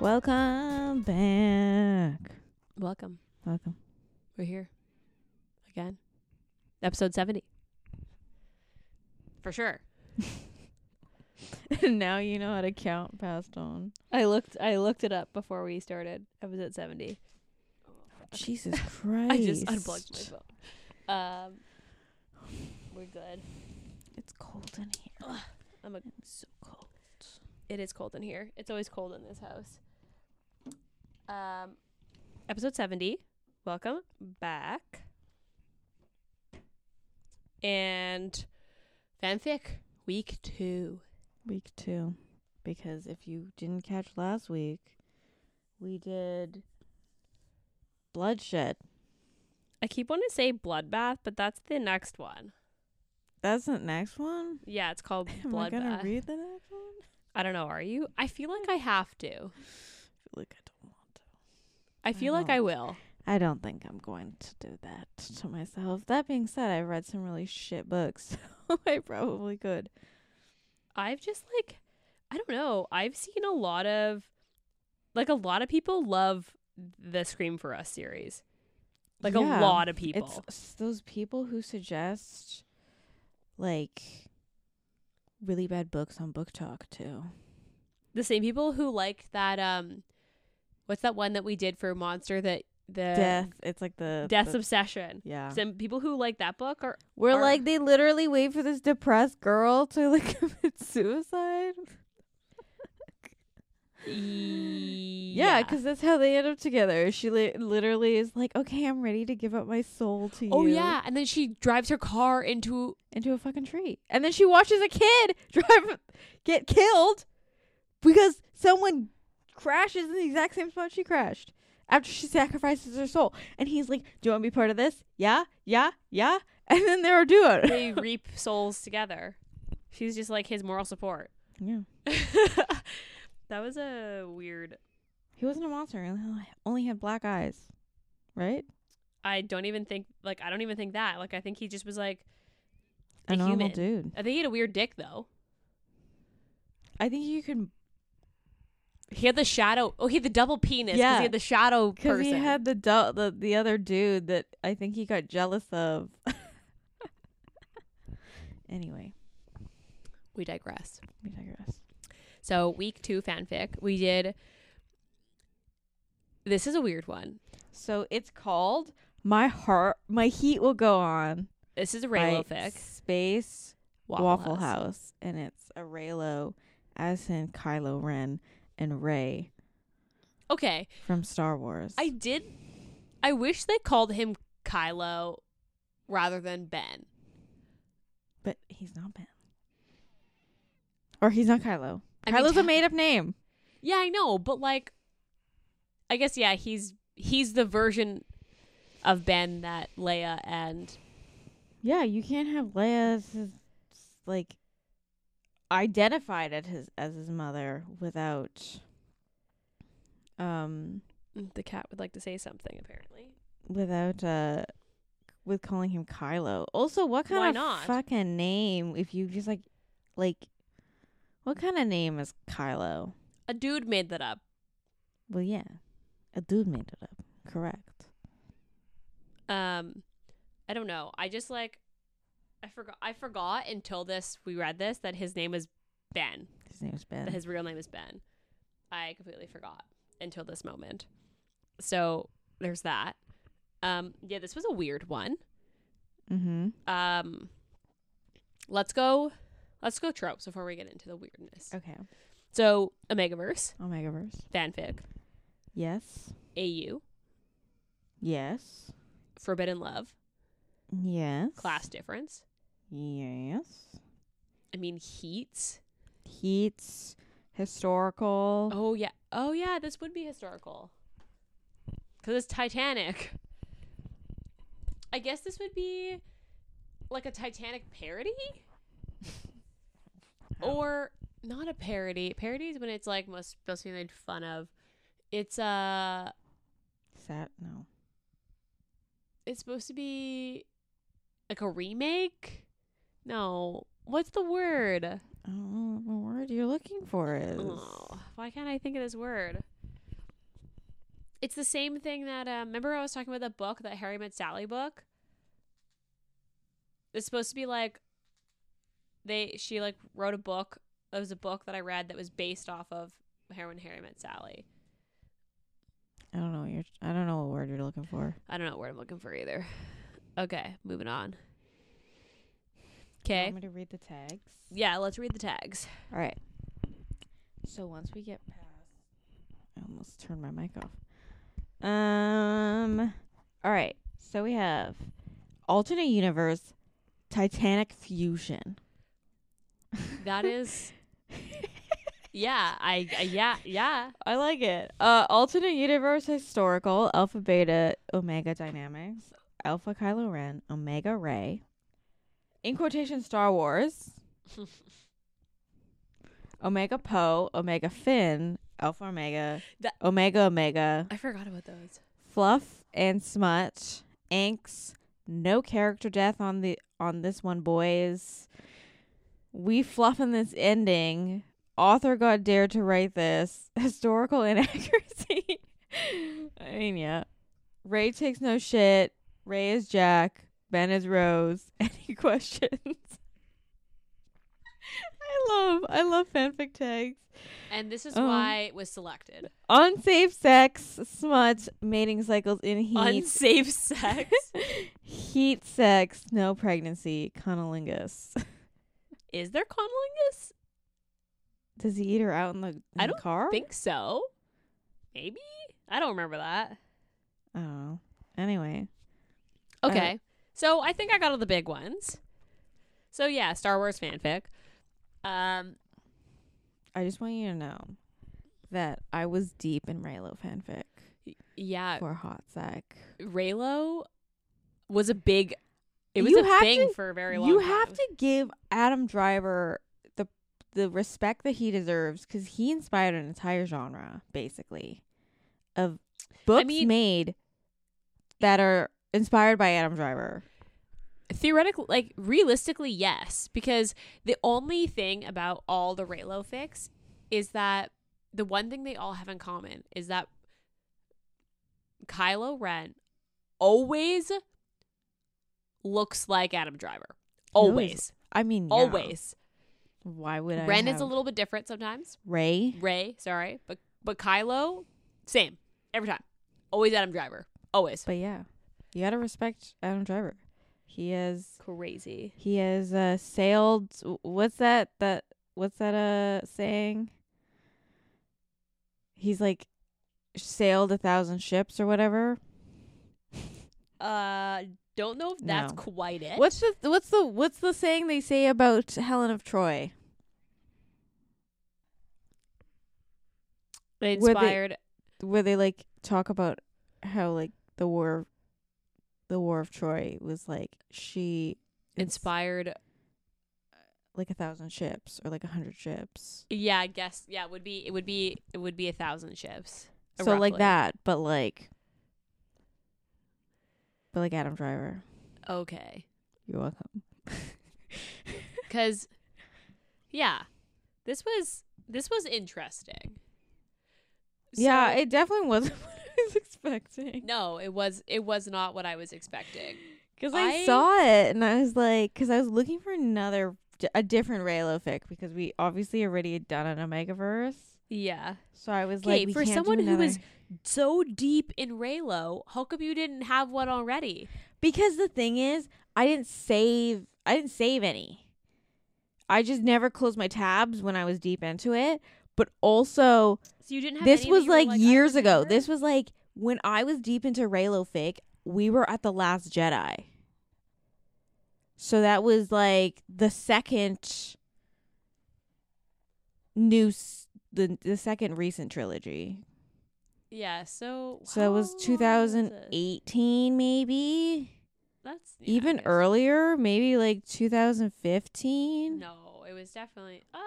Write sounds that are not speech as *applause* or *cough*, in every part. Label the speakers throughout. Speaker 1: Welcome back.
Speaker 2: Welcome.
Speaker 1: Welcome.
Speaker 2: We're here again. Episode 70. For sure.
Speaker 1: *laughs* now you know how to count past on.
Speaker 2: I looked I looked it up before we started. Episode 70.
Speaker 1: *laughs* Jesus Christ.
Speaker 2: I just unplugged my phone. Um we're good.
Speaker 1: It's cold in here.
Speaker 2: I'm a-
Speaker 1: so cold.
Speaker 2: It is cold in here. It's always cold in this house. Um episode 70. Welcome back. And fanfic week 2.
Speaker 1: Week two. Because if you didn't catch last week, we did bloodshed.
Speaker 2: I keep wanting to say bloodbath, but that's the next one.
Speaker 1: That's the next one?
Speaker 2: Yeah, it's called
Speaker 1: *laughs* Am I gonna
Speaker 2: bloodbath.
Speaker 1: read the next one? I
Speaker 2: I don't know. Are you? I feel like I have to.
Speaker 1: feel like I don't want to.
Speaker 2: I feel like
Speaker 1: know.
Speaker 2: I will.
Speaker 1: I don't think I'm going to do that to myself. That being said, I've read some really shit books, *laughs* so I probably could.
Speaker 2: I've just like, I don't know. I've seen a lot of, like, a lot of people love the Scream for Us series. Like
Speaker 1: Yeah.
Speaker 2: a lot of people.
Speaker 1: It's s- those people who suggest like really bad books on Book Talk too.
Speaker 2: the same people who liked that. Um, what's that one that we did for Monster? That the
Speaker 1: Death. It's like the
Speaker 2: Uh, Death's
Speaker 1: the-
Speaker 2: Obsession.
Speaker 1: yeah.
Speaker 2: Some people who like that book
Speaker 1: *gasps*
Speaker 2: are
Speaker 1: We're
Speaker 2: are-
Speaker 1: like they literally wait for this depressed girl to *laughs* like commit suicide. Yeah, because that's how they end up together. She li- literally is like, "Okay, I'm ready to give up my soul to you."
Speaker 2: oh yeah, and then she drives her car into
Speaker 1: into a fucking tree. And then she watches a kid *laughs* drive get killed because someone crashes in the exact same spot she crashed after she *laughs* sacrifices her soul. And he's like, "Do you want to be part of this? Yeah, yeah, yeah." *laughs* And then they're doing it.
Speaker 2: *laughs* they reap souls together. She's just like his moral support.
Speaker 1: *laughs*
Speaker 2: *laughs*
Speaker 1: Yeah,
Speaker 2: that was a weird.
Speaker 1: he wasn't a monster. and he Only had black eyes, right?
Speaker 2: I don't even think like I don't even think that. Like I think he just was like
Speaker 1: a
Speaker 2: A
Speaker 1: normal
Speaker 2: human.
Speaker 1: dude.
Speaker 2: I think he had a weird dick though.
Speaker 1: I think you can
Speaker 2: He had the shadow. Oh, he had the double penis. Yeah,
Speaker 1: Yeah.
Speaker 2: he had the shadow
Speaker 1: because
Speaker 2: person.
Speaker 1: he had the, du- the the other dude that I think he got jealous of. *laughs* anyway,
Speaker 2: we digress.
Speaker 1: we digress.
Speaker 2: So week two fanfic we did. This is a weird one.
Speaker 1: So it's called My Heart My Heat Will Go On
Speaker 2: This is a
Speaker 1: by
Speaker 2: Raylo fic.
Speaker 1: Space
Speaker 2: Waffle, House.
Speaker 1: and it's a Raylo as in Kylo Ren and Ray
Speaker 2: Okay,
Speaker 1: from Star Wars.
Speaker 2: I did. I wish they called him Kylo rather than Ben.
Speaker 1: but he's not Ben. Or he's not Kylo.
Speaker 2: I mean,
Speaker 1: Kylo's a
Speaker 2: te-
Speaker 1: made up name.
Speaker 2: Yeah, I know, but like, I guess yeah, he's he's the version of Ben that Leia and
Speaker 1: Yeah, you can't have Leia as his, like identified as his as his mother without um
Speaker 2: the cat would like to say something. Apparently,
Speaker 1: without uh with calling him Kylo. Also, what kind
Speaker 2: Why
Speaker 1: of
Speaker 2: not?
Speaker 1: fucking name if you just like like what kind of name is Kylo?
Speaker 2: a dude made that up.
Speaker 1: Well, yeah. A dude made it up. Correct.
Speaker 2: Um, I don't know. I just like I forgot. I forgot until this we read this that his name is Ben.
Speaker 1: His name is Ben.
Speaker 2: That his real name is Ben. I completely forgot until this moment. So there's that. Um, yeah, this was a weird one.
Speaker 1: mm-hmm.
Speaker 2: um let's go let's go tropes before we get into the weirdness
Speaker 1: Okay.
Speaker 2: so omegaverse
Speaker 1: Omegaverse.
Speaker 2: fanfic
Speaker 1: Yes.
Speaker 2: au
Speaker 1: Yes.
Speaker 2: forbidden love
Speaker 1: Yes.
Speaker 2: class difference
Speaker 1: Yes.
Speaker 2: i mean heats
Speaker 1: Heats. Historical.
Speaker 2: oh yeah oh yeah this would be historical because it's titanic i guess this would be like a titanic parody or not a parody parody is when it's like most supposed to be made fun of it's uh
Speaker 1: Sat. No.
Speaker 2: it's supposed to be like a remake? No. What's the word?
Speaker 1: I don't know what word you're looking for is.
Speaker 2: Oh, why can't I think of this word? It's the same thing that um, remember I was talking about that book, that Harry Met Sally book. It's supposed to be like they she like wrote a book. It was a book that I read that was based off of Harry when Harry Met Sally.
Speaker 1: I don't know. What you're. I don't know what word you're looking for.
Speaker 2: I don't know what I'm looking for either. Okay, moving on. Okay.
Speaker 1: me to read the tags.
Speaker 2: Yeah, let's read the tags.
Speaker 1: All right. So once we get past, I almost turned my mic off. Um. All right. So we have alternate universe, Titanic fusion.
Speaker 2: That *laughs* is Yeah, I, I yeah, yeah.
Speaker 1: I like it. Uh, alternate universe historical alpha beta omega dynamics alpha Kylo Ren omega Ray. In quotation Star Wars. omega Poe omega Finn alpha omega
Speaker 2: That-
Speaker 1: omega omega
Speaker 2: I forgot about those.
Speaker 1: fluff and smut inks no character death on the on this one boys we fluffing this ending author god dared to write this *laughs* historical inaccuracy *laughs* i mean yeah ray takes no shit ray is jack ben is rose *laughs* any questions *laughs* i love i love fanfic tags
Speaker 2: And this is
Speaker 1: Um,
Speaker 2: why it was selected.
Speaker 1: unsafe sex smut mating cycles in heat *laughs*
Speaker 2: Unsafe sex.
Speaker 1: Heat sex, no pregnancy, cunnilingus. *laughs*
Speaker 2: is there conolingus?
Speaker 1: Does he eat her out in the, in
Speaker 2: I
Speaker 1: the
Speaker 2: don't
Speaker 1: car?
Speaker 2: Think so. Maybe? I don't remember that.
Speaker 1: I don't know. Oh. Anyway,
Speaker 2: Okay. so I think I got all the big ones. So yeah, Star Wars fanfic. Um
Speaker 1: I just want you to know that I was deep in Raylo fanfic
Speaker 2: y- yeah,
Speaker 1: for a hot sec.
Speaker 2: Raylo was a big it was
Speaker 1: You
Speaker 2: a
Speaker 1: have
Speaker 2: thing
Speaker 1: to-
Speaker 2: for a very long
Speaker 1: You
Speaker 2: time.
Speaker 1: have to give Adam Driver the the respect that he deserves because he inspired an entire genre, basically, of books
Speaker 2: mean-
Speaker 1: made that are inspired by Adam Driver.
Speaker 2: theoretically like realistically yes because the only thing about all the raylo fics is that the one thing they all have in common is that kylo ren always looks like adam driver
Speaker 1: No, he's-
Speaker 2: always
Speaker 1: I mean, yeah.
Speaker 2: always
Speaker 1: Why would I?
Speaker 2: ren is a
Speaker 1: have-
Speaker 2: little bit different sometimes
Speaker 1: Ray.
Speaker 2: ray sorry but but kylo same every time always adam driver always
Speaker 1: But yeah, you gotta respect Adam Driver. He has
Speaker 2: crazy
Speaker 1: he has uh, sailed. What's that? That what's that? Uh, saying. He's like sailed a thousand ships or whatever.
Speaker 2: uh don't know if that's
Speaker 1: No.
Speaker 2: quite it
Speaker 1: What's the what's the what's the saying they say about Helen of Troy?
Speaker 2: They
Speaker 1: Were they-
Speaker 2: inspired
Speaker 1: Where they like talk about how like the war, the war of Troy was like she ins-
Speaker 2: inspired
Speaker 1: like a thousand ships or like a hundred ships.
Speaker 2: yeah i guess yeah it would be it would be it would be a thousand ships
Speaker 1: So like
Speaker 2: roughly.
Speaker 1: that, but like, but like Adam Driver.
Speaker 2: okay
Speaker 1: You're welcome.
Speaker 2: because yeah this was this was interesting
Speaker 1: yeah,
Speaker 2: So-
Speaker 1: it definitely wasn't *laughs* what I was expecting.
Speaker 2: no it was it was not what i was expecting
Speaker 1: Because I,
Speaker 2: I-
Speaker 1: saw it and I was like, because I was looking for another, a different Raylo fic because we obviously already had done an Omegaverse.
Speaker 2: yeah
Speaker 1: So I was like,
Speaker 2: okay
Speaker 1: we
Speaker 2: for
Speaker 1: can't do
Speaker 2: someone who was
Speaker 1: another-
Speaker 2: so deep in raylo how come you didn't have one already
Speaker 1: because the thing is, I didn't save, I didn't save any. I just never closed my tabs when I was deep into it. But also,
Speaker 2: so you didn't have
Speaker 1: this
Speaker 2: any that
Speaker 1: was
Speaker 2: you were
Speaker 1: like,
Speaker 2: I
Speaker 1: years ago.
Speaker 2: remember?
Speaker 1: This was like when I was deep into Raylo fic. We were at the Last Jedi, so that was like the second new s- the the second recent trilogy.
Speaker 2: yeah so
Speaker 1: So it was
Speaker 2: how long it?
Speaker 1: 2018, maybe
Speaker 2: that's yeah, I
Speaker 1: even
Speaker 2: guess.
Speaker 1: earlier, maybe like 2015.
Speaker 2: no it was definitely uh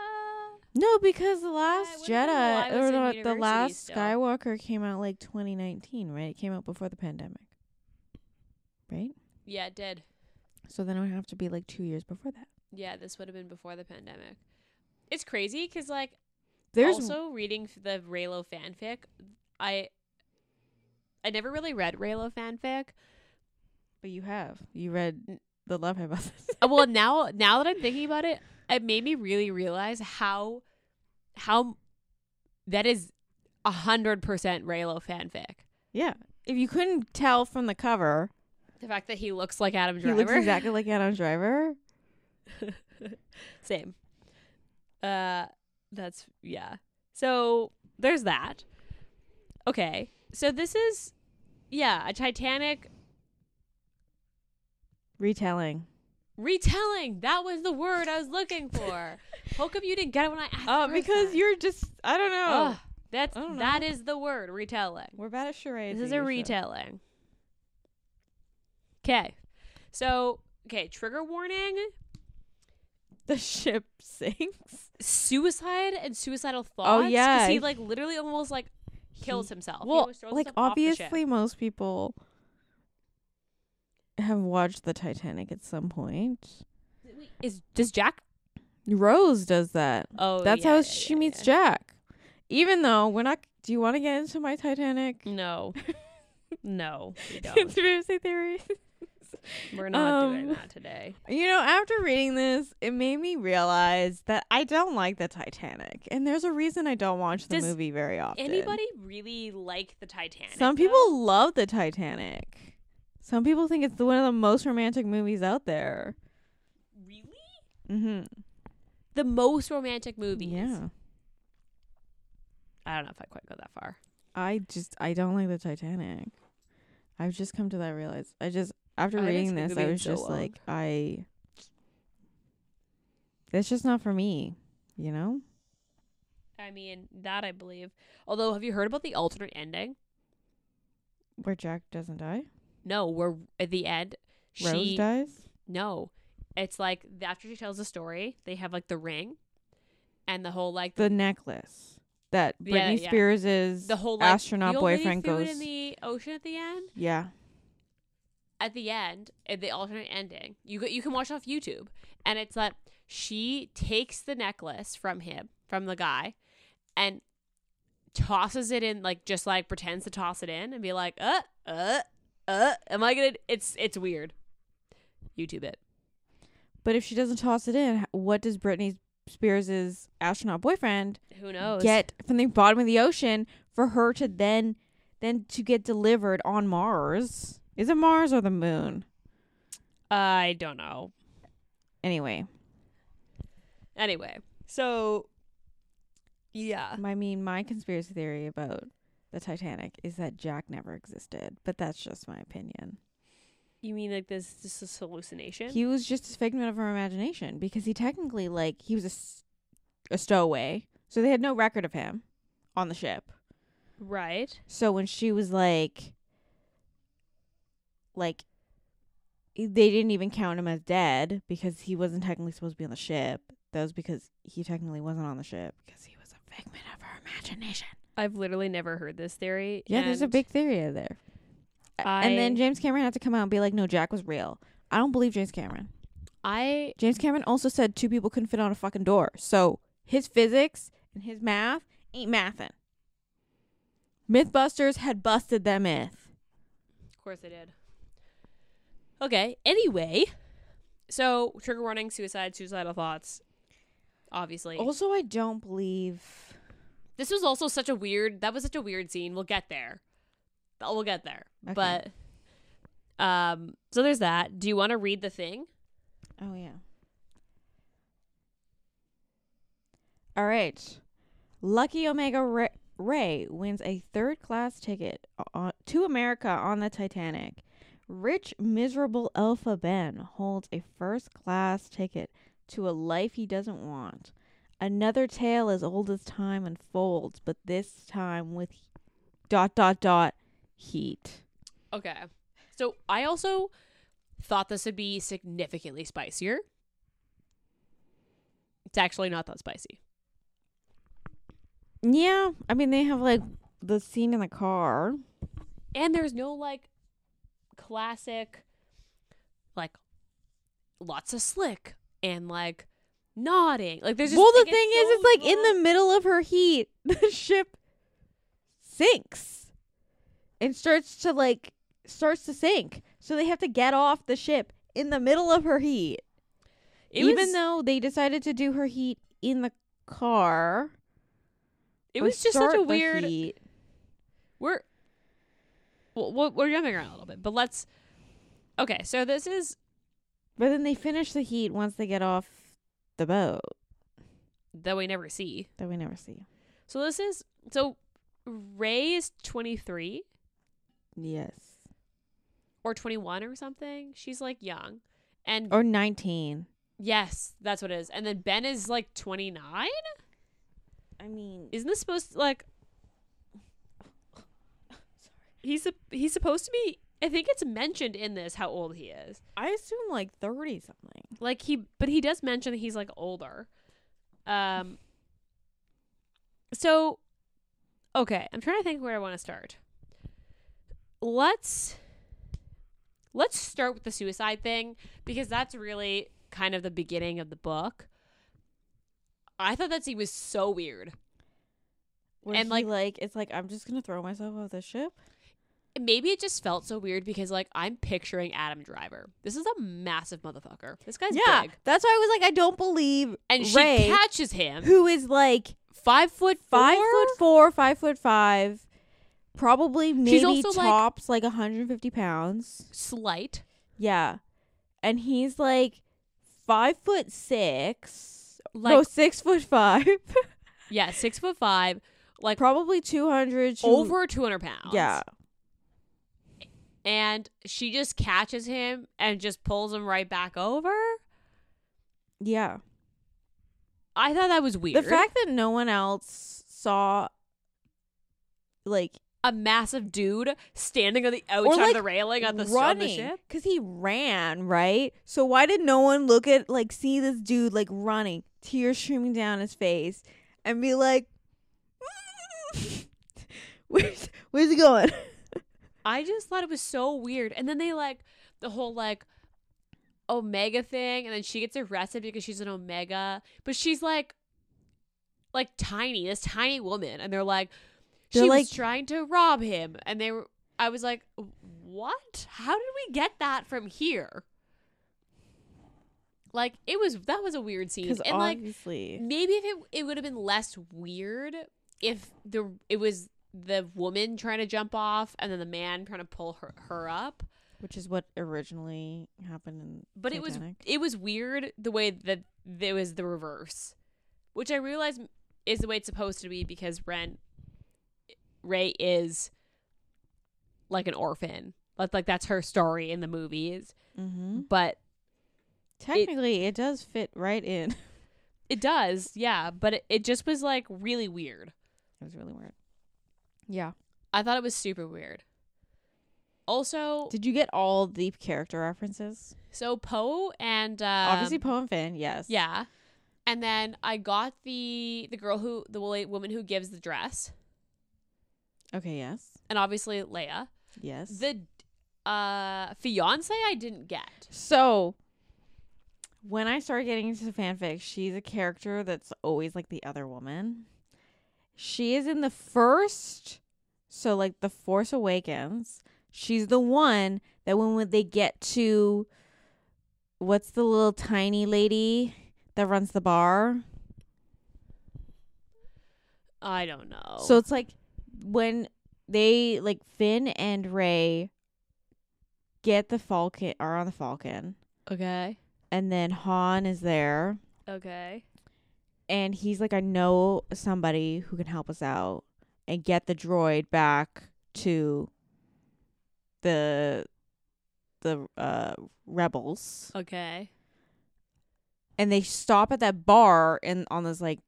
Speaker 1: No, because the
Speaker 2: would've
Speaker 1: last
Speaker 2: been while I
Speaker 1: Jedi
Speaker 2: was
Speaker 1: or
Speaker 2: in
Speaker 1: not, the
Speaker 2: university
Speaker 1: last
Speaker 2: still.
Speaker 1: Skywalker came out like 2019, right? It came out before the pandemic, right?
Speaker 2: yeah it did
Speaker 1: So then it would have to be like two years before that.
Speaker 2: Yeah, this would have been before the pandemic. It's crazy because like
Speaker 1: There's
Speaker 2: also reading f- the Raylo fanfic, I I never really read Raylo fanfic.
Speaker 1: But you have. You read the love hypothesis. *laughs*
Speaker 2: Uh, well, now now that I'm thinking about it, it made me really realize how how that is a hundred percent Raylo fanfic.
Speaker 1: yeah. If you couldn't tell from the cover,
Speaker 2: The fact that he looks like Adam Driver. *laughs*
Speaker 1: he looks exactly like Adam Driver.
Speaker 2: Same. Uh that's yeah. So there's that. Okay. So this is yeah, a Titanic
Speaker 1: Retelling.
Speaker 2: retelling. That was the word I was
Speaker 1: *laughs*
Speaker 2: looking for. How come you didn't get it when I asked?
Speaker 1: Uh,
Speaker 2: the first
Speaker 1: because
Speaker 2: time?
Speaker 1: you're just I don't know.
Speaker 2: Ugh, that's
Speaker 1: I don't
Speaker 2: that is the word retelling.
Speaker 1: We're bad at charades.
Speaker 2: This is
Speaker 1: at
Speaker 2: a
Speaker 1: your show.
Speaker 2: retelling. Okay. So, okay, trigger warning.
Speaker 1: *laughs* The ship sinks.
Speaker 2: suicide and suicidal thoughts. 'cause
Speaker 1: Oh, yeah.
Speaker 2: he like literally almost like kills himself. He
Speaker 1: Well,
Speaker 2: almost throws
Speaker 1: like
Speaker 2: himself off the ship.
Speaker 1: obviously most people have watched the Titanic at some point.
Speaker 2: is does Jack?
Speaker 1: Rose does that.
Speaker 2: Oh,
Speaker 1: That's
Speaker 2: yeah,
Speaker 1: how
Speaker 2: yeah,
Speaker 1: she
Speaker 2: yeah,
Speaker 1: meets *laughs*
Speaker 2: yeah.
Speaker 1: Jack. Even though we're not do you want to get into my Titanic
Speaker 2: No, no,
Speaker 1: *laughs*
Speaker 2: we don't.
Speaker 1: conspiracy theory? *laughs*
Speaker 2: We're not doing
Speaker 1: Um,
Speaker 2: that today.
Speaker 1: You know, after reading this, it made me realize that I don't like the Titanic. And there's a reason I don't watch the
Speaker 2: Does
Speaker 1: movie very often.
Speaker 2: Anybody really like the Titanic?
Speaker 1: Some
Speaker 2: though?
Speaker 1: people love the Titanic. Some people think it's the, one of the most romantic movies out there.
Speaker 2: really
Speaker 1: Mm-hmm.
Speaker 2: the most romantic movies.
Speaker 1: Yeah.
Speaker 2: I don't know if I quite go that far.
Speaker 1: I just I don't like the Titanic. I've just come to that realize. I just after
Speaker 2: I haven't
Speaker 1: reading
Speaker 2: seen the
Speaker 1: this, I
Speaker 2: movie in
Speaker 1: was
Speaker 2: so
Speaker 1: just
Speaker 2: long.
Speaker 1: like I. That's just not for me, you know.
Speaker 2: I mean that I believe. Although, have you heard about the alternate ending?
Speaker 1: Where Jack doesn't die,
Speaker 2: No, where at the end
Speaker 1: Rose
Speaker 2: she
Speaker 1: dies.
Speaker 2: No, it's like th- after she tells the story, they have like the ring, and the whole like the,
Speaker 1: The necklace that Britney
Speaker 2: Yeah, yeah.
Speaker 1: Spears is
Speaker 2: whole like,
Speaker 1: astronaut
Speaker 2: the old lady
Speaker 1: boyfriend
Speaker 2: threw it
Speaker 1: goes.
Speaker 2: in the ocean at the end.
Speaker 1: yeah,
Speaker 2: At the end, at the alternate ending, you go, you can watch it off YouTube, and it's that she takes the necklace from him from the guy, and tosses it in like just like pretends to toss it in and be like uh uh uh am I gonna it's it's weird. YouTube it.
Speaker 1: but if she doesn't toss it in, h- what does Britney Spears's astronaut boyfriend
Speaker 2: Who knows?
Speaker 1: get from the bottom of the ocean for her to then then to get delivered on Mars. Is it Mars or the moon?
Speaker 2: I don't know.
Speaker 1: Anyway,
Speaker 2: Anyway, so yeah,
Speaker 1: I mean my conspiracy theory about the Titanic is that Jack never existed, but that's just my opinion.
Speaker 2: you mean like this this is hallucination?
Speaker 1: He was just a figment of her imagination because he technically like he was a, s- a stowaway, so they had no record of him on the ship.
Speaker 2: right.
Speaker 1: So when she was like, like, e, they didn't even count him as dead because he wasn't technically supposed to be on the ship. That was because he technically wasn't on the ship because he was a figment of her imagination.
Speaker 2: I've literally never heard this theory.
Speaker 1: Yeah, there's a
Speaker 2: and
Speaker 1: big theory out there. A- and
Speaker 2: I-
Speaker 1: then James Cameron had to come out and be like, no, Jack was real. I don't believe James Cameron.
Speaker 2: I
Speaker 1: James Cameron also said two people couldn't fit on a fucking door. So his physics and his math ain't mathin'. Mythbusters had busted that myth.
Speaker 2: of course I did. Okay. Anyway, so trigger warning: suicide, suicidal thoughts. Obviously,
Speaker 1: Also, I don't believe.
Speaker 2: this was also such a weird. That was such a weird scene. We'll get there. Oh, We'll get there.
Speaker 1: Okay.
Speaker 2: But um, so there's that. Do you want to read the thing?
Speaker 1: Oh yeah. All right. Lucky Omega Ra- Ray wins a third-class ticket o- to America on the Titanic. Rich, miserable Alpha Ben holds a first-class ticket to a life he doesn't want. Another tale as old as time unfolds, but this time with dot dot dot heat.
Speaker 2: Okay. So I also thought this would be significantly spicier. It's actually not that spicy.
Speaker 1: Yeah, I mean they have like the scene in the car.
Speaker 2: And there's no like classic like lots of slick and like nodding. Like there's just
Speaker 1: well, the
Speaker 2: like, it's
Speaker 1: thing is,
Speaker 2: so
Speaker 1: it's like in *laughs*
Speaker 2: little-
Speaker 1: the middle of her heat, the ship sinks. and starts to like starts to sink. So they have to get off the ship in the middle of her heat.
Speaker 2: It
Speaker 1: Even
Speaker 2: was,
Speaker 1: though they decided to do her heat in the car.
Speaker 2: it
Speaker 1: or
Speaker 2: was just such
Speaker 1: start
Speaker 2: a
Speaker 1: the
Speaker 2: weird.
Speaker 1: heat.
Speaker 2: We're well, we're- we're jumping around a little bit, but let's. Okay, so this is
Speaker 1: But then they finish the heat once they get off the boat
Speaker 2: that we never see.
Speaker 1: that we never see.
Speaker 2: So this is so Ray is twenty three
Speaker 1: Yes.
Speaker 2: or twenty one or something. She's like young, and
Speaker 1: Or 19.
Speaker 2: yes, that's what it is. And then Ben is like twenty nine.
Speaker 1: I mean,
Speaker 2: Isn't this supposed to like? *laughs* He's a, he's supposed to be. I think it's mentioned in this how old he is.
Speaker 1: I assume like 30 something.
Speaker 2: Like he, but he does mention that he's like older. Um. So, okay, I'm trying to think where I want to start. Let's let's start with the suicide thing because that's really kind of the beginning of the book. I thought that scene was so weird.
Speaker 1: Where
Speaker 2: And,
Speaker 1: he,
Speaker 2: like-
Speaker 1: like it's like I'm just going to throw myself off the ship.
Speaker 2: maybe it just felt so weird because like I'm picturing Adam Driver. This is a massive motherfucker. This guy's
Speaker 1: yeah.
Speaker 2: big,
Speaker 1: That's why I was like I don't believe
Speaker 2: and
Speaker 1: Ray-
Speaker 2: she catches him
Speaker 1: who is like
Speaker 2: five foot
Speaker 1: five
Speaker 2: four?
Speaker 1: foot four, five foot five, probably maybe
Speaker 2: She's also, like-
Speaker 1: tops like, 150 pounds.
Speaker 2: slight.
Speaker 1: Yeah, and he's like five foot six,
Speaker 2: Like
Speaker 1: no six foot
Speaker 2: *laughs*
Speaker 1: five, *laughs*
Speaker 2: yeah, six foot five, like
Speaker 1: probably 200 to-
Speaker 2: over two hundred pounds.
Speaker 1: Yeah,
Speaker 2: and she just catches him and just pulls him right back over.
Speaker 1: yeah.
Speaker 2: I thought that was weird.
Speaker 1: The fact that no one else saw, like,
Speaker 2: a massive dude standing on the outside
Speaker 1: like,
Speaker 2: of the railing on the, on the
Speaker 1: running
Speaker 2: ship.
Speaker 1: because he ran right so why did no one look at like see this dude like running tears streaming down his face and be like *laughs* where's where's he going *laughs*
Speaker 2: I just thought it was so weird. And then they like the whole like Omega thing, and then she gets arrested because she's an Omega, but she's like like tiny, this tiny woman, and they're like she
Speaker 1: They're
Speaker 2: was
Speaker 1: like-
Speaker 2: trying to rob him, and they were. I was like, what? How did we get that from here? Like it was that was a weird scene,
Speaker 1: because
Speaker 2: and like
Speaker 1: obviously
Speaker 2: maybe if it it would have been less weird if the it was the woman trying to jump off and then the man trying to pull her, her up
Speaker 1: which is what originally happened in
Speaker 2: but it was it was weird the way that it was the reverse which i realize is the way it's supposed to be because ren ray is like an orphan like, like that's her story in the movies
Speaker 1: was mm-hmm.
Speaker 2: but
Speaker 1: technically it, does fit right in *laughs* it
Speaker 2: it does yeah but it, it just was like really weird
Speaker 1: was really weird yeah
Speaker 2: i thought it was super weird also
Speaker 1: did you get all the character references
Speaker 2: So Poe and um,
Speaker 1: obviously poem fan yes
Speaker 2: yeah, and then I got the the girl who the wo- woman who gives the dress,
Speaker 1: okay yes
Speaker 2: and obviously Leia.
Speaker 1: yes
Speaker 2: The uh fiance I didn't get.
Speaker 1: So when I started getting into fanfic, she's a character that's always like the other woman. She is in the first, so like the Force Awakens. She's the one that when would they get to what's the little tiny lady that runs the bar?
Speaker 2: I don't know.
Speaker 1: So it's like when they like Finn and Ray get the Falcon are on the Falcon,
Speaker 2: okay,
Speaker 1: and then Han is there.
Speaker 2: okay,
Speaker 1: and he's like, I know somebody who can help us out and get the droid back to the the uh rebels.
Speaker 2: okay,
Speaker 1: And they stop at that bar in on this like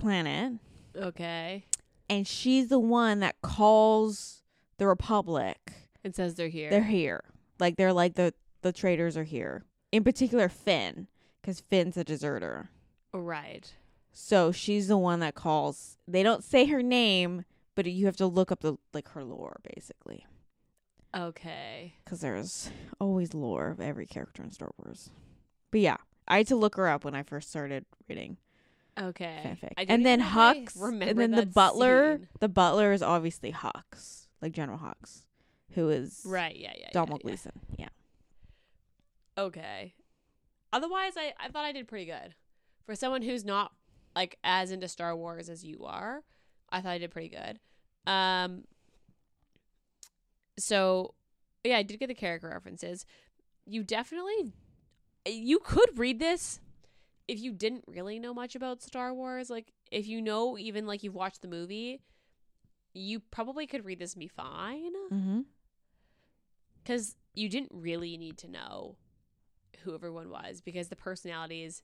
Speaker 1: planet,
Speaker 2: okay,
Speaker 1: and she's the one that calls the Republic.
Speaker 2: and says they're here.
Speaker 1: They're here, like they're like the the traitors are here. In particular, Finn, because Finn's a deserter.
Speaker 2: Oh, right.
Speaker 1: So she's the one that calls. They don't say her name, but you have to look up the like her lore basically,
Speaker 2: Okay.
Speaker 1: because there's always lore of every character in Star Wars. But yeah, I had to look her up when I first started reading
Speaker 2: Okay.
Speaker 1: fanfic.
Speaker 2: I don't
Speaker 1: And
Speaker 2: even
Speaker 1: then
Speaker 2: know if I
Speaker 1: Hux,
Speaker 2: remember
Speaker 1: and then the
Speaker 2: that
Speaker 1: butler.
Speaker 2: scene.
Speaker 1: The butler is obviously Hux, like General Hawks, who is
Speaker 2: Right. Yeah. Yeah.
Speaker 1: Donald
Speaker 2: yeah,
Speaker 1: Gleason. Yeah.
Speaker 2: yeah. Okay. Otherwise, I, I thought I did pretty good for someone who's not like as into Star Wars as you are. I thought I did pretty good. Um. So, yeah, I did get the character references. You definitely, you could read this if you didn't really know much about Star Wars. Like, if you know even like you've watched the movie, you probably could read this and be fine.
Speaker 1: Mm-hmm.
Speaker 2: because you didn't really need to know who everyone was because the personalities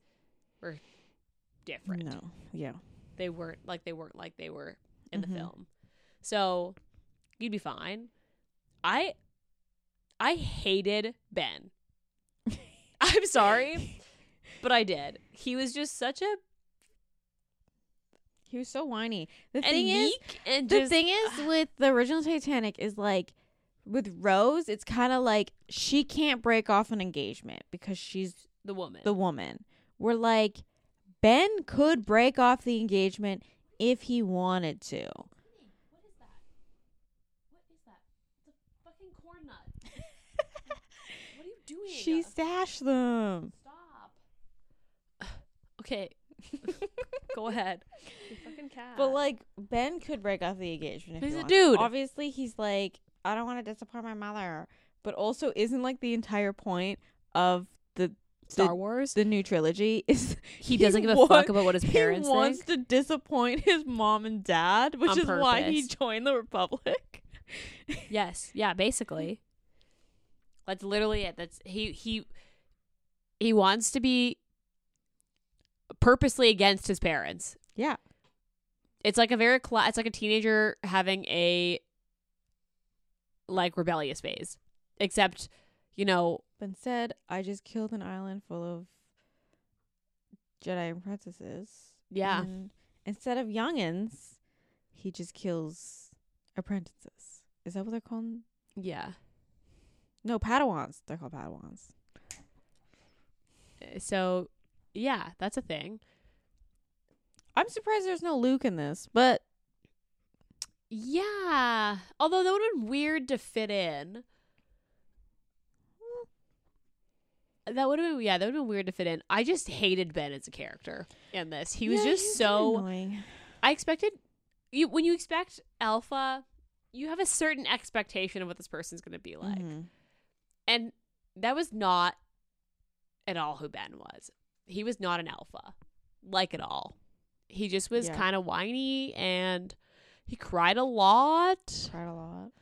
Speaker 2: were different.
Speaker 1: No. Yeah.
Speaker 2: They weren't like they weren't like they were in
Speaker 1: Mhm.
Speaker 2: the film. So you'd be fine. I I hated
Speaker 1: *laughs*
Speaker 2: Ben. I'm sorry, but I did. He was just such a
Speaker 1: He was so whiny. The
Speaker 2: and
Speaker 1: thing is,
Speaker 2: meek and
Speaker 1: the
Speaker 2: just-
Speaker 1: thing
Speaker 2: *sighs*
Speaker 1: is with the original Titanic is like with Rose, it's kind of like she can't break off an engagement because she's
Speaker 2: the woman.
Speaker 1: the woman. We're like Ben could break off the engagement if he wanted to.
Speaker 2: What is that? What is that? It's a fucking corn nut.
Speaker 1: *laughs*
Speaker 2: what are you doing?
Speaker 1: She stashed
Speaker 2: *laughs*
Speaker 1: them. *laughs*
Speaker 2: Stop. Okay. Go *laughs* ahead. fucking cat.
Speaker 1: But like Ben could break off the engagement. If
Speaker 2: He's
Speaker 1: he
Speaker 2: a
Speaker 1: wants
Speaker 2: dude.
Speaker 1: To. Obviously, he's like, I don't want to disappoint my mother. But also, isn't like the entire point of the
Speaker 2: Star Wars,
Speaker 1: the new trilogy is
Speaker 2: he
Speaker 1: *laughs*
Speaker 2: doesn't give a
Speaker 1: wa-
Speaker 2: fuck about what his parents
Speaker 1: he wants
Speaker 2: think.
Speaker 1: to disappoint his mom and dad, which
Speaker 2: On
Speaker 1: is why he
Speaker 2: purpose.
Speaker 1: joined the Republic.
Speaker 2: Yes. Yeah. Basically, that's literally it. That's he he he wants to be purposely against his parents.
Speaker 1: Yeah.
Speaker 2: It's like a very cla it's like a teenager having a like rebellious phase, except you know
Speaker 1: But instead, I just killed an island full of Jedi and princesses.
Speaker 2: yeah
Speaker 1: And instead of youngins, he just kills apprentices. Is that what they're called?
Speaker 2: yeah.
Speaker 1: No, Padawans. They're called Padawans.
Speaker 2: So yeah, that's a thing.
Speaker 1: I'm surprised there's no Luke in this, but
Speaker 2: Yeah. Although that would have been weird to fit in. That would have been yeah, that would have been weird to fit in. I just hated Ben as a character in this. He was
Speaker 1: Yeah,
Speaker 2: just
Speaker 1: he's
Speaker 2: so
Speaker 1: annoying.
Speaker 2: I expected you when you expect alpha, you have a certain expectation of what this person's gonna be like.
Speaker 1: Mhm.
Speaker 2: And that was not at all who Ben was. He was not an alpha, like at all. He just was
Speaker 1: Yeah.
Speaker 2: kind of whiny and he cried a lot
Speaker 1: Cried a lot.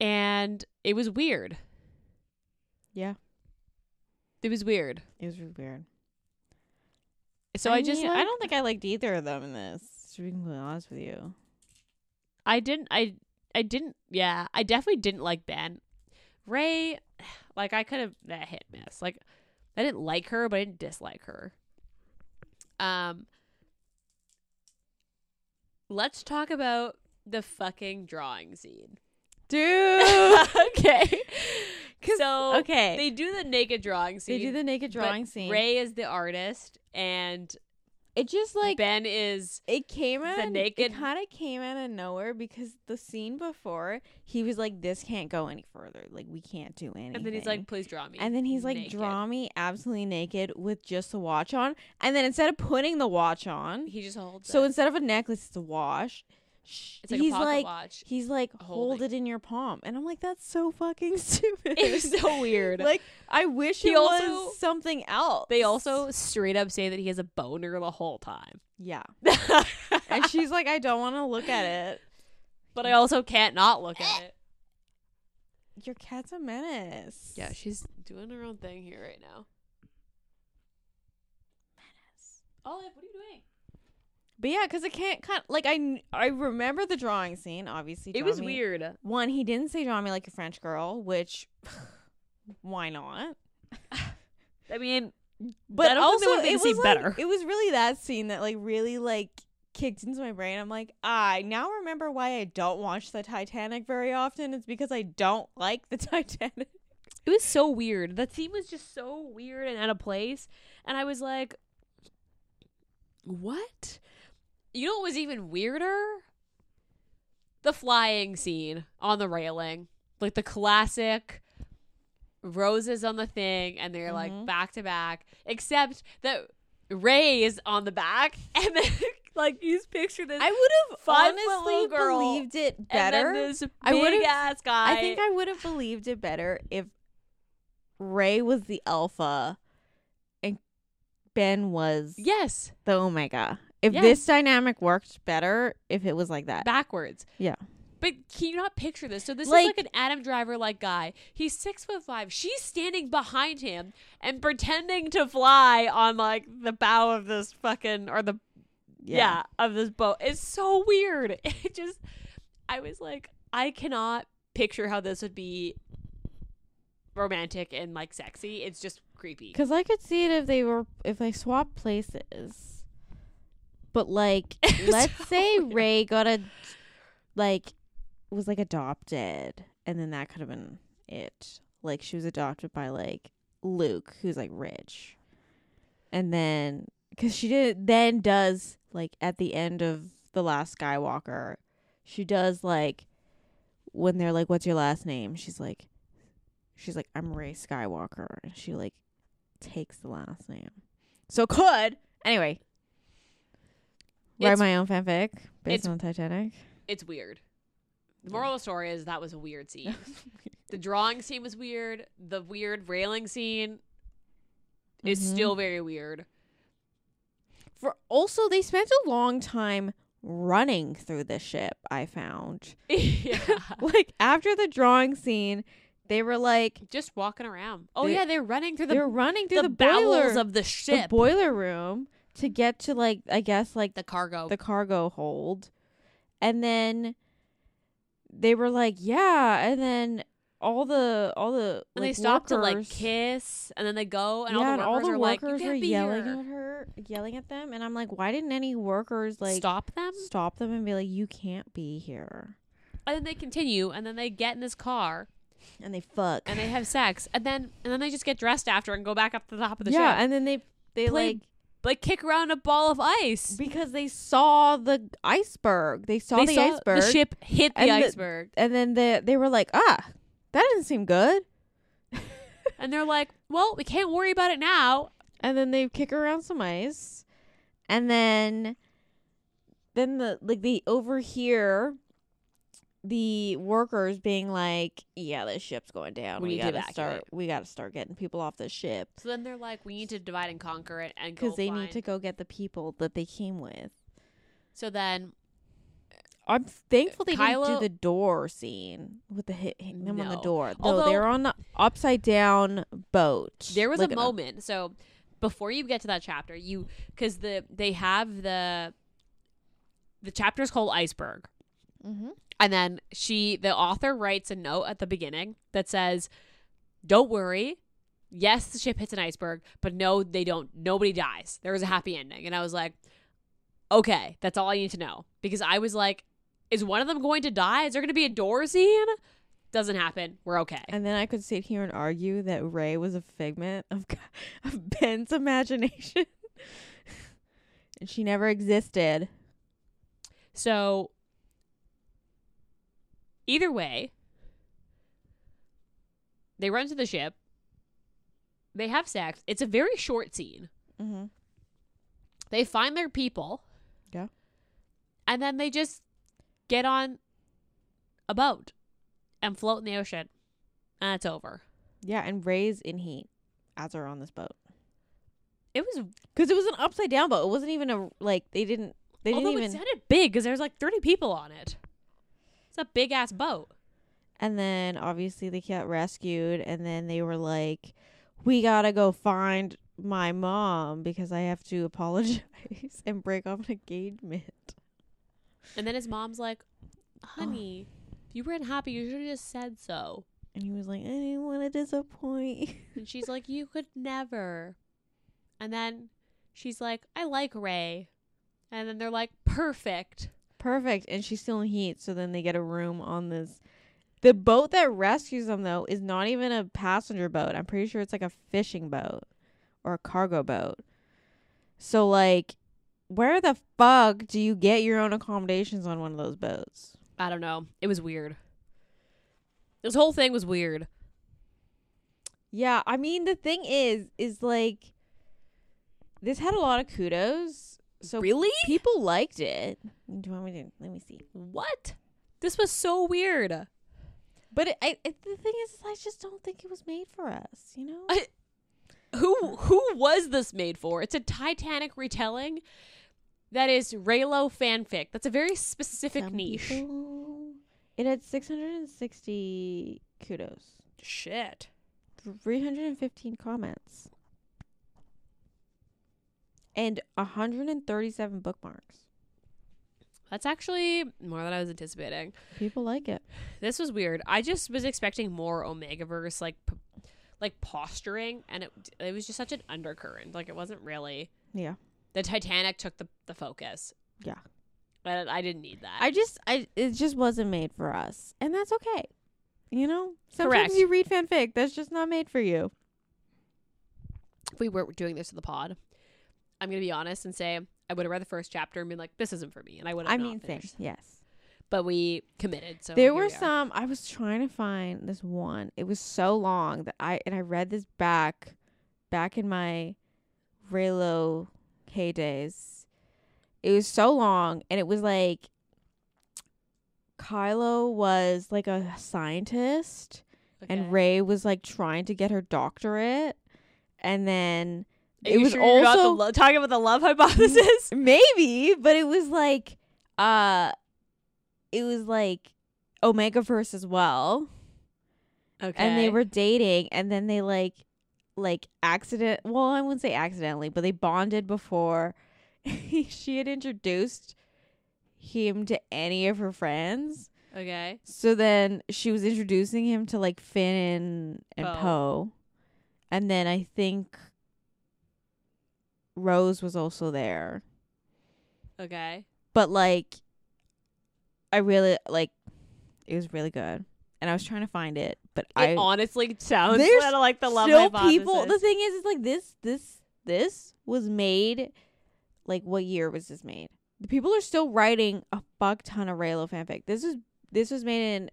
Speaker 2: and it was weird.
Speaker 1: Yeah.
Speaker 2: It was weird.
Speaker 1: It was really weird.
Speaker 2: So I, just
Speaker 1: mean, I
Speaker 2: like-
Speaker 1: don't think I liked either of them in this. To be completely honest with you,
Speaker 2: I didn't I I didn't yeah, I definitely didn't like Ben. Ray *sighs* like I could have that hit and miss. Like I didn't like her, but I didn't dislike her. Um Let's talk about the fucking drawing scene.
Speaker 1: dude.
Speaker 2: *laughs* okay.
Speaker 1: *laughs* 'Cause- *laughs*
Speaker 2: So
Speaker 1: okay,
Speaker 2: they do the naked drawing
Speaker 1: they,
Speaker 2: scene.
Speaker 1: do the naked
Speaker 2: but
Speaker 1: drawing scene.
Speaker 2: Ray is the artist and
Speaker 1: it just like
Speaker 2: Ben is
Speaker 1: it came
Speaker 2: the
Speaker 1: out. of-
Speaker 2: naked-
Speaker 1: It kind of came out of nowhere because the scene before he was like, "This can't go any further. Like we can't do anything."
Speaker 2: and then he's like, please draw me.
Speaker 1: And then he's like,
Speaker 2: naked."
Speaker 1: draw me absolutely naked with just the watch on. And then instead of putting the watch on,
Speaker 2: He just holds
Speaker 1: so
Speaker 2: it.
Speaker 1: instead of a necklace, it's a wash. Sh-
Speaker 2: it's like
Speaker 1: he's
Speaker 2: a pocket
Speaker 1: like,
Speaker 2: watch.
Speaker 1: he's like, hold
Speaker 2: holding.
Speaker 1: it in your palm. And I'm like, that's so fucking *laughs* stupid.
Speaker 2: It *laughs* was so weird.
Speaker 1: like, I wish
Speaker 2: He
Speaker 1: it
Speaker 2: also-
Speaker 1: was something else.
Speaker 2: they also straight up say that he has a boner the whole *laughs* time.
Speaker 1: yeah.
Speaker 2: but *laughs*
Speaker 1: And she's like, I don't want to look at it.
Speaker 2: I also can't not look at it.
Speaker 1: Your cat's a menace.
Speaker 2: *laughs* Yeah, she's doing her own thing here right now. Olive, what are you doing?
Speaker 1: but yeah, because it can't cut. Like I, kn- I remember the drawing scene. Obviously,
Speaker 2: It was
Speaker 1: Drawing Me-
Speaker 2: weird.
Speaker 1: One, he didn't say draw me like a French girl, which *laughs* why not?
Speaker 2: I mean,
Speaker 1: But
Speaker 2: I don't
Speaker 1: also
Speaker 2: think that would've made
Speaker 1: it
Speaker 2: the
Speaker 1: was
Speaker 2: scene
Speaker 1: like,
Speaker 2: better.
Speaker 1: it was really that scene that like really like kicked into my brain. I'm like, I now remember why I don't watch the Titanic very often. It's because I don't like the *laughs* Titanic.
Speaker 2: it was so weird. That scene was just so weird and out of place. And I was like, what? You know what was even weirder? the flying scene on the railing, like the classic roses on the thing, and they're
Speaker 1: Mhm.
Speaker 2: like back to back, except that Ray is on the back, *laughs* and then like you just picture this.
Speaker 1: I would have
Speaker 2: Fun little
Speaker 1: honestly
Speaker 2: girl.
Speaker 1: believed it
Speaker 2: and
Speaker 1: better.
Speaker 2: then this big
Speaker 1: I would've-
Speaker 2: ass guy.
Speaker 1: I think I would have believed it better if Ray was the alpha and Ben was
Speaker 2: yes,
Speaker 1: the omega. If
Speaker 2: Yes.
Speaker 1: this dynamic worked better, if it was like that,
Speaker 2: backwards.
Speaker 1: Yeah.
Speaker 2: But can you not picture this? So this is
Speaker 1: Like-
Speaker 2: like an Adam Driver like guy. He's six foot five. She's standing behind him and pretending to fly on like the bow of this fucking or the yeah, of this boat. It's so weird. *laughs* It just I was like, I cannot picture how this would be romantic and like sexy. It's just creepy.
Speaker 1: Because I could see it if they were if they swapped places. But like,
Speaker 2: It's
Speaker 1: let's
Speaker 2: so
Speaker 1: say
Speaker 2: weird.
Speaker 1: Ray got a like was like adopted, and then that could have been it. Like she was adopted by like Luke, who's like rich, and then because she did then does like at the end of the last Skywalker, she does like when they're like, "What's your last name?" She's like, she's like, "I'm Ray Skywalker," and she like takes the last name. So it could anyway. Write
Speaker 2: It's-
Speaker 1: my own fanfic based
Speaker 2: it's-
Speaker 1: on Titanic.
Speaker 2: It's weird. The moral of the story is that was a weird scene. *laughs* the drawing scene was weird. The weird railing scene is
Speaker 1: Mhm.
Speaker 2: still very weird. *laughs*
Speaker 1: For also, they spent a long time running through the ship. I found
Speaker 2: yeah. *laughs*
Speaker 1: like after the drawing scene, they were like
Speaker 2: Just walking around. Oh
Speaker 1: They-
Speaker 2: yeah, they're running through
Speaker 1: they were
Speaker 2: the,
Speaker 1: running
Speaker 2: the,
Speaker 1: through the, boiler
Speaker 2: bowels of the
Speaker 1: the
Speaker 2: ship.
Speaker 1: boiler room to get to like I guess like
Speaker 2: the cargo.
Speaker 1: the cargo hold. And then they were like, yeah, and then all the all the
Speaker 2: and
Speaker 1: like,
Speaker 2: they stop to like
Speaker 1: workers-
Speaker 2: kiss, and then they go, and
Speaker 1: yeah,
Speaker 2: all the workers are like, "You
Speaker 1: workers
Speaker 2: can't
Speaker 1: were
Speaker 2: be
Speaker 1: yelling
Speaker 2: here."
Speaker 1: at her, yelling at them, and I'm like, why didn't any workers like
Speaker 2: stop them,
Speaker 1: stop them and be like, you can't be here?
Speaker 2: and then they continue, and then they get in this car
Speaker 1: And they fuck.
Speaker 2: and they have sex, and then and then they just get dressed after and go back up to the top of the
Speaker 1: yeah,
Speaker 2: ship,
Speaker 1: and then they they
Speaker 2: Play
Speaker 1: like
Speaker 2: like kick around a ball of ice.
Speaker 1: because they saw the iceberg. They saw
Speaker 2: they
Speaker 1: the
Speaker 2: saw
Speaker 1: iceberg.
Speaker 2: the ship hit the
Speaker 1: and the-
Speaker 2: iceberg,
Speaker 1: and then they they were like, ah, that didn't seem good.
Speaker 2: and they're like, "Well, we can't worry about it now."
Speaker 1: and then they kick around some ice and then then the like they overhear the workers being like yeah this ship's going down
Speaker 2: We
Speaker 1: we,
Speaker 2: need to
Speaker 1: gotta start
Speaker 2: evacuate."
Speaker 1: we gotta start getting people off the ship
Speaker 2: So then they're like, "We need to divide and conquer it," and
Speaker 1: because
Speaker 2: because
Speaker 1: they need to go get the people that they came with
Speaker 2: So then
Speaker 1: i'm thankful they didn't
Speaker 2: Kylo-
Speaker 1: do the door scene with the hit hitting them on the
Speaker 2: No.
Speaker 1: door though
Speaker 2: Although-
Speaker 1: they're on the upside down boat
Speaker 2: There was
Speaker 1: Like
Speaker 2: a
Speaker 1: an-
Speaker 2: moment. So before you get to that chapter, you because the they have the the chapter is called Iceberg,
Speaker 1: Mhm.
Speaker 2: and then she the author writes a note at the beginning that says, "Don't worry." Yes, the ship hits an iceberg, but no, they don't. Nobody dies. There was a happy ending. And I was like, okay, that's all I need to know. Because I was like, is one of them going to die? Is there going to be a door scene? Doesn't happen. We're okay.
Speaker 1: And then I could sit here and argue that Ray was a figment of, *laughs* Ka- of Ben's imagination. *laughs* and she never existed.
Speaker 2: So, either way, they run to the ship. They have sex. It's a very short scene.
Speaker 1: Mm-hmm.
Speaker 2: They find their people.
Speaker 1: Yeah.
Speaker 2: And then they just get on a boat and float in the ocean. And it's over.
Speaker 1: Yeah, and Ray's in heat as are on this boat.
Speaker 2: It was,
Speaker 1: Because it was an upside down boat. It wasn't even a, like, they didn't, they didn't
Speaker 2: although
Speaker 1: even.
Speaker 2: it sounded big because there's like 30 people on it. It's a big ass boat.
Speaker 1: and then obviously they got rescued. And then they were like, we gotta go find my mom because I have to *laughs* apologize and break off an engagement.
Speaker 2: And then his mom's like, honey, if you weren't happy, you should have just said so.
Speaker 1: And he was like, I didn't want to disappoint.
Speaker 2: And she's like, You could never. And then she's like, I like Ray. And then they're like, Perfect.
Speaker 1: Perfect. And she's still in heat, so then they get a room on this. The boat that rescues them though is not even a passenger boat. I'm pretty sure it's like a fishing boat or a cargo boat. So like where the fuck do you get your own accommodations on one of those boats?
Speaker 2: I don't know. It was weird. This whole thing was weird.
Speaker 1: Yeah, I mean the thing is, is like this had a lot of kudos. So
Speaker 2: really?
Speaker 1: people liked it. Do you want me to let me see?
Speaker 2: What? This was so weird.
Speaker 1: But it, I, it, the thing is, is I just don't think it was made for us. You *laughs* know?
Speaker 2: I- Who who was this made for? It's a Titanic retelling that is Raylo fanfic. That's a very specific
Speaker 1: Some
Speaker 2: niche.
Speaker 1: people- It had 660 kudos,
Speaker 2: Shit.
Speaker 1: 315 comments, and 137 bookmarks.
Speaker 2: That's actually more than I was anticipating.
Speaker 1: People like it.
Speaker 2: This was weird. I just was expecting more Omegaverse like p- like posturing and it it was just such an undercurrent. Like it wasn't really
Speaker 1: Yeah.
Speaker 2: the Titanic took the the focus.
Speaker 1: Yeah.
Speaker 2: But I didn't need that.
Speaker 1: I just I it just wasn't made for us, and that's okay. You know, sometimes
Speaker 2: Correct.
Speaker 1: you read fanfic that's just not made for you.
Speaker 2: if we were doing this to the pod, I'm gonna be honest and say I would have read the first chapter and been like, "This isn't for me," and I would have.
Speaker 1: I
Speaker 2: not
Speaker 1: mean, same.
Speaker 2: finished.
Speaker 1: Yes,
Speaker 2: But we committed, so
Speaker 1: there
Speaker 2: here
Speaker 1: were
Speaker 2: we are.
Speaker 1: some. I was trying to find this one. It was so long that I and I read this back, back in my Raylo heydays. It was so long, and it was like Kylo was like a scientist,
Speaker 2: Okay.
Speaker 1: and Ray was like trying to get her doctorate, and then
Speaker 2: Are
Speaker 1: it
Speaker 2: you
Speaker 1: was
Speaker 2: sure you're not the
Speaker 1: also-
Speaker 2: lo- talking about the love hypothesis.
Speaker 1: maybe, but it was like uh, it was like Omegaverse as well,
Speaker 2: okay,
Speaker 1: *laughs* and they were dating, and then they like like accident. Well, I wouldn't say accidentally, but they bonded before *laughs* she had introduced him to any of her friends.
Speaker 2: okay.
Speaker 1: So then she was introducing him to like Finn and, and
Speaker 2: Poe.
Speaker 1: Poe. And then I think Rose was also there.
Speaker 2: Okay,
Speaker 1: But like I really like it was really good. And I was trying to find it, but I
Speaker 2: it honestly sounds
Speaker 1: There's
Speaker 2: kind of like the love
Speaker 1: still
Speaker 2: hypothesis.
Speaker 1: people the thing is it's like this this this was made like what year was this made? The people are still writing a fuck ton of Raylo fanfic. This is this was made in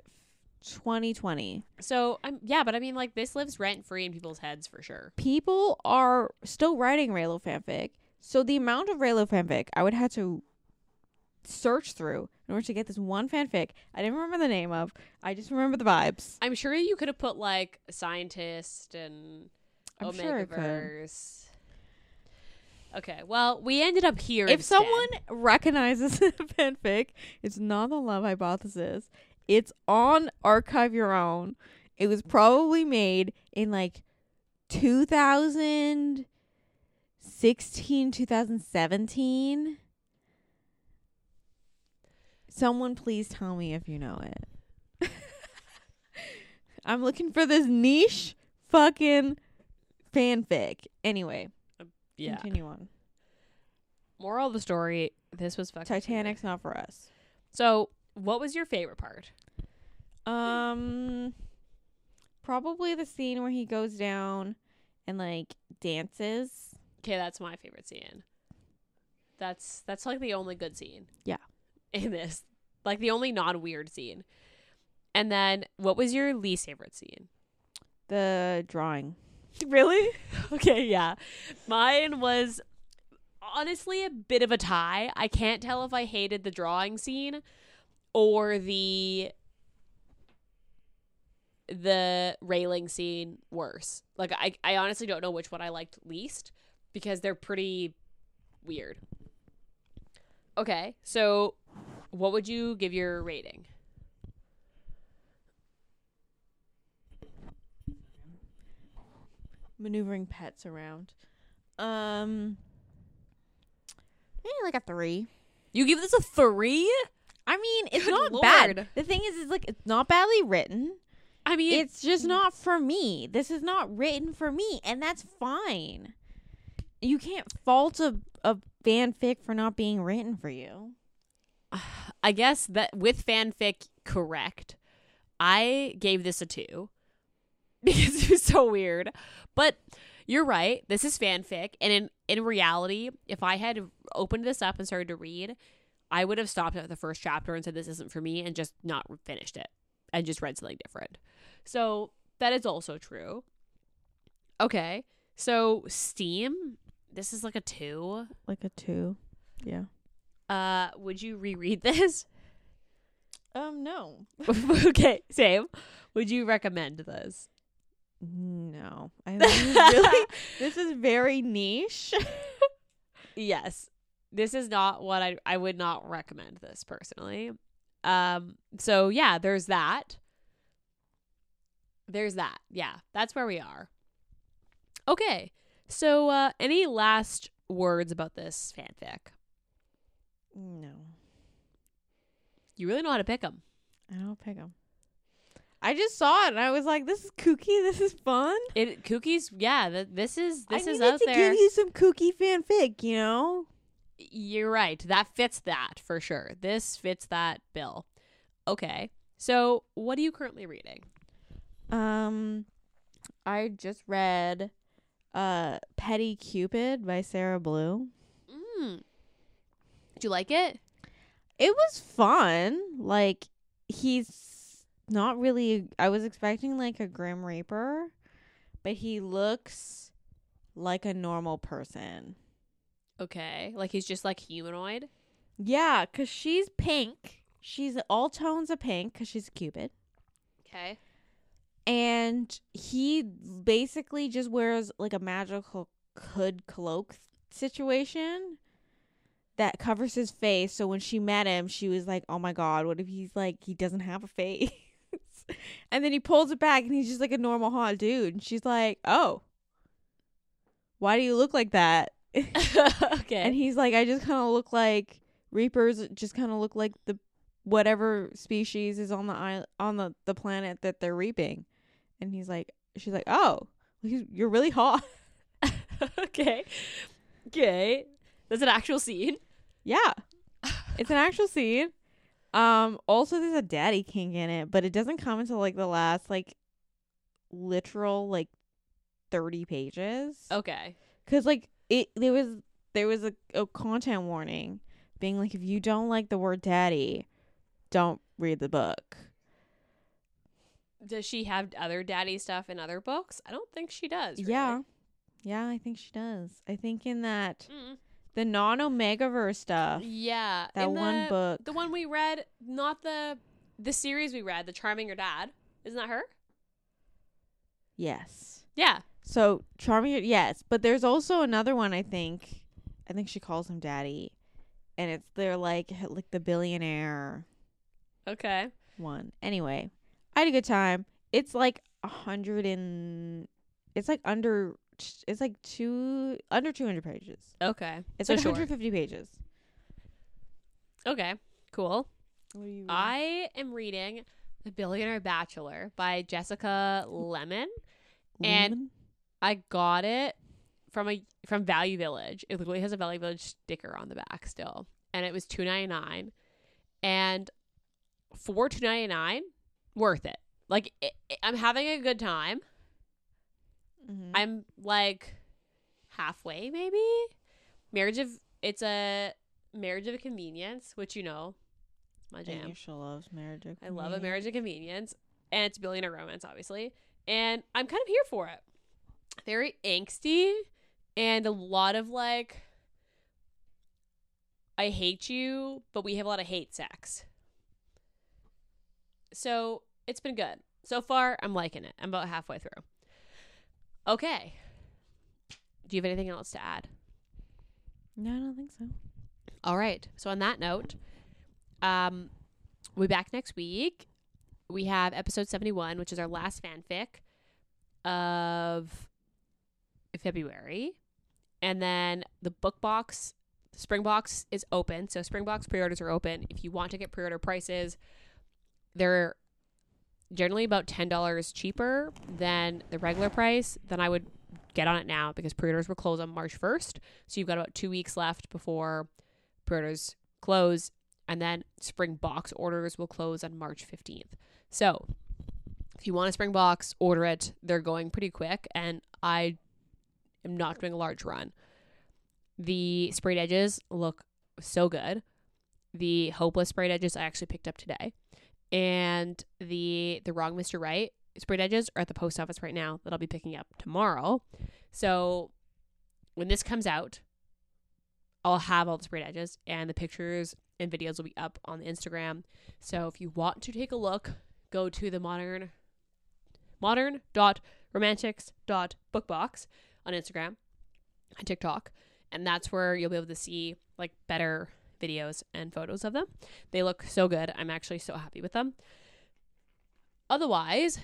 Speaker 1: 2020.
Speaker 2: so I'm yeah, but I mean, like this lives rent free in people's heads for sure.
Speaker 1: people are still writing Raylo fanfic. So the amount of Raylo fanfic I would have to search through in order to get this one fanfic I didn't remember the name of. I just remember the vibes.
Speaker 2: I'm sure you could have put like scientist and
Speaker 1: I'm sure I could.
Speaker 2: Omegaverse. okay, well, we ended up here.
Speaker 1: If
Speaker 2: instead.
Speaker 1: someone recognizes *laughs* a fanfic, it's not the love hypothesis. It's on Archive Your Own. It was probably made in like 2016, 2017. Someone please tell me if you know it. *laughs* I'm looking for this niche fucking fanfic. Anyway,
Speaker 2: yeah.
Speaker 1: continue on.
Speaker 2: Moral of the story: This was fucking weird.
Speaker 1: Titanic's not for us.
Speaker 2: So, what was your favorite part?
Speaker 1: Um, probably the scene where he goes down and like dances.
Speaker 2: Okay, that's my favorite scene. That's that's like the only good scene.
Speaker 1: Yeah.
Speaker 2: In this, like the only non-weird scene. And then, what was your least favorite scene?
Speaker 1: The drawing.
Speaker 2: Really? *laughs* okay, yeah. Mine was honestly a bit of a tie. I can't tell if I hated the drawing scene or the the railing scene worse. Like I I honestly don't know which one I liked least because they're pretty weird. Okay, so what would you give your rating?
Speaker 1: Maneuvering pets around. Um, maybe Eh, like a three.
Speaker 2: You give this a 3?
Speaker 1: I mean, it's
Speaker 2: Good
Speaker 1: not
Speaker 2: lord.
Speaker 1: bad. The thing is, is like it's not badly written.
Speaker 2: I mean,
Speaker 1: It's just not for me. This is not written for me, and that's fine. You can't fault a a fanfic for not being written for you.
Speaker 2: I guess that with fanfic, correct. I gave this a two *laughs* because it was so weird. But you're right. This is fanfic, and in in reality, if I had opened this up and started to read, I would have stopped at the first chapter and said this isn't for me and just not finished it and just read something different. So that is also true. Okay. So Steam, this is like a 2.
Speaker 1: Like a two. Yeah.
Speaker 2: Uh would you reread *laughs* this?
Speaker 1: Um, no.
Speaker 2: *laughs* okay, same. Would you recommend this?
Speaker 1: No. I *laughs* really this is very *laughs* niche.
Speaker 2: yes this is not what i i would not recommend this personally um so yeah there's that there's that yeah that's where we are okay so uh any last words about this fanfic
Speaker 1: No.
Speaker 2: you really know how to pick them
Speaker 1: I don't pick 'em. I just saw it and I was like, this is kooky, this is fun.
Speaker 2: it cookies yeah th- this is this
Speaker 1: I
Speaker 2: is
Speaker 1: needed
Speaker 2: out
Speaker 1: to
Speaker 2: there
Speaker 1: give you some kooky fanfic, you know?
Speaker 2: You're right. That fits that for sure. This fits that bill. Okay. So, what are you currently reading?
Speaker 1: Um I just read uh Petty Cupid by Sarah Blue.
Speaker 2: Mm. Do you like it?
Speaker 1: It was fun. Like he's not really I was expecting like a grim reaper, but he looks like a normal person.
Speaker 2: Okay. Like he's just like humanoid.
Speaker 1: Yeah, cuz she's pink. She's all tones of pink cuz she's a cupid.
Speaker 2: Okay.
Speaker 1: and he basically just wears like a magical hood cloak situation that covers his face so when she met him she was like oh my god what if he's like he doesn't have a face *laughs* and then he pulls it back and he's just like a normal hot dude and she's like oh why do you look like that
Speaker 2: *laughs*
Speaker 1: *laughs*
Speaker 2: okay.
Speaker 1: and he's like i just kind of look like reapers just kind of look like the whatever species is on the island on the, the planet that they're reaping and he's like she's like oh he's, you're really hot *laughs*
Speaker 2: okay. Okay. That's an actual scene.
Speaker 1: yeah it's an actual scene um also there's a daddy kink in it but it doesn't come until like the last like literal like 30 pages
Speaker 2: Okay.
Speaker 1: because like it there was there was a, a content warning being like if you don't like the word daddy don't read the book
Speaker 2: Does she have other daddy stuff in other books? I don't think she does. really.
Speaker 1: yeah yeah i think she does i think in that
Speaker 2: Mm.
Speaker 1: the non-omega verse stuff
Speaker 2: Yeah.
Speaker 1: that
Speaker 2: in
Speaker 1: one
Speaker 2: the-
Speaker 1: book
Speaker 2: The one we read, not the the series we read, the Charming Your Dad. Isn't that her?
Speaker 1: yes
Speaker 2: Yeah.
Speaker 1: so charming yes but there's also another one i think i think she calls him daddy and it's they're like like the billionaire
Speaker 2: Okay.
Speaker 1: one. Anyway, I had a good time. It's like a hundred and it's like under it's like two under two hundred pages.
Speaker 2: Okay.
Speaker 1: It's
Speaker 2: So
Speaker 1: like
Speaker 2: short.
Speaker 1: 150 pages.
Speaker 2: Okay. Cool.
Speaker 1: What are you?
Speaker 2: I am reading The Billionaire Bachelor by Jessica Lemon. and- I got it from a from Value Village. It literally has a Value Village sticker on the back still, and it was two ninety nine, and for two ninety nine, worth it. Like i i I'm having a good time.
Speaker 1: Mm-hmm.
Speaker 2: I'm like halfway maybe. Marriage of it's a marriage of convenience, which you know, my jam.
Speaker 1: loves marriage.
Speaker 2: I love a marriage of convenience, and it's billionaire romance, obviously. And I'm kind of here for it. Very angsty, and a lot of like, I hate you, but we have a lot of hate sex. So it's been good so far. I'm liking it. I'm about halfway through. Okay. Do you have anything else to add?
Speaker 1: No, I don't think so.
Speaker 2: All right. So on that note, um, we'll be back next week. We have episode seventy one, which is our last fanfic of February, and then the book box, the spring box is open. So spring box pre-orders are open. If you want to get pre-order prices, they're generally about ten dollars cheaper than the regular price. Then I would get on it now because pre-orders will close on March first. So you've got about two weeks left before pre-orders close and then spring box orders will close on march 15th so if you want a spring box order it they're going pretty quick and i am not doing a large run the sprayed edges look so good the hopeless braid edges I actually picked up today, and the the wrong Mister Right braid edges are at the post office right now that I'll be picking up tomorrow. So when this comes out, I'll have all the braid edges and the pictures and videos will be up on the Instagram. So if you want to take a look, go to the modern modern dot romantics dot bookbox on Instagram and TikTok, and that's where you'll be able to see like better videos and photos of them. They look so good. I'm actually so happy with them. Otherwise,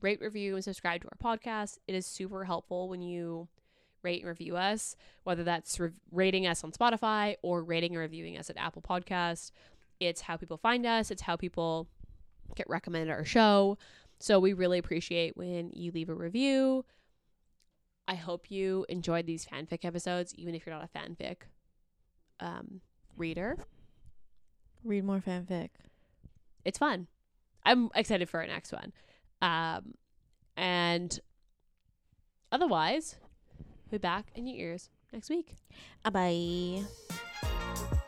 Speaker 2: rate, review, and subscribe to our podcast. It is super helpful when you rate and review us, whether that's re- rating us on Spotify or rating and reviewing us at Apple Podcast. It's how people find us. It's how people get recommended our show. So we really appreciate when you leave a review. I hope you enjoyed these fanfic episodes, even if you're not a fanfic um, reader.
Speaker 1: Read more fanfic.
Speaker 2: It's fun. I'm excited for our next one. Um, and otherwise, we'll be back in your ears next week.
Speaker 1: Bye bye.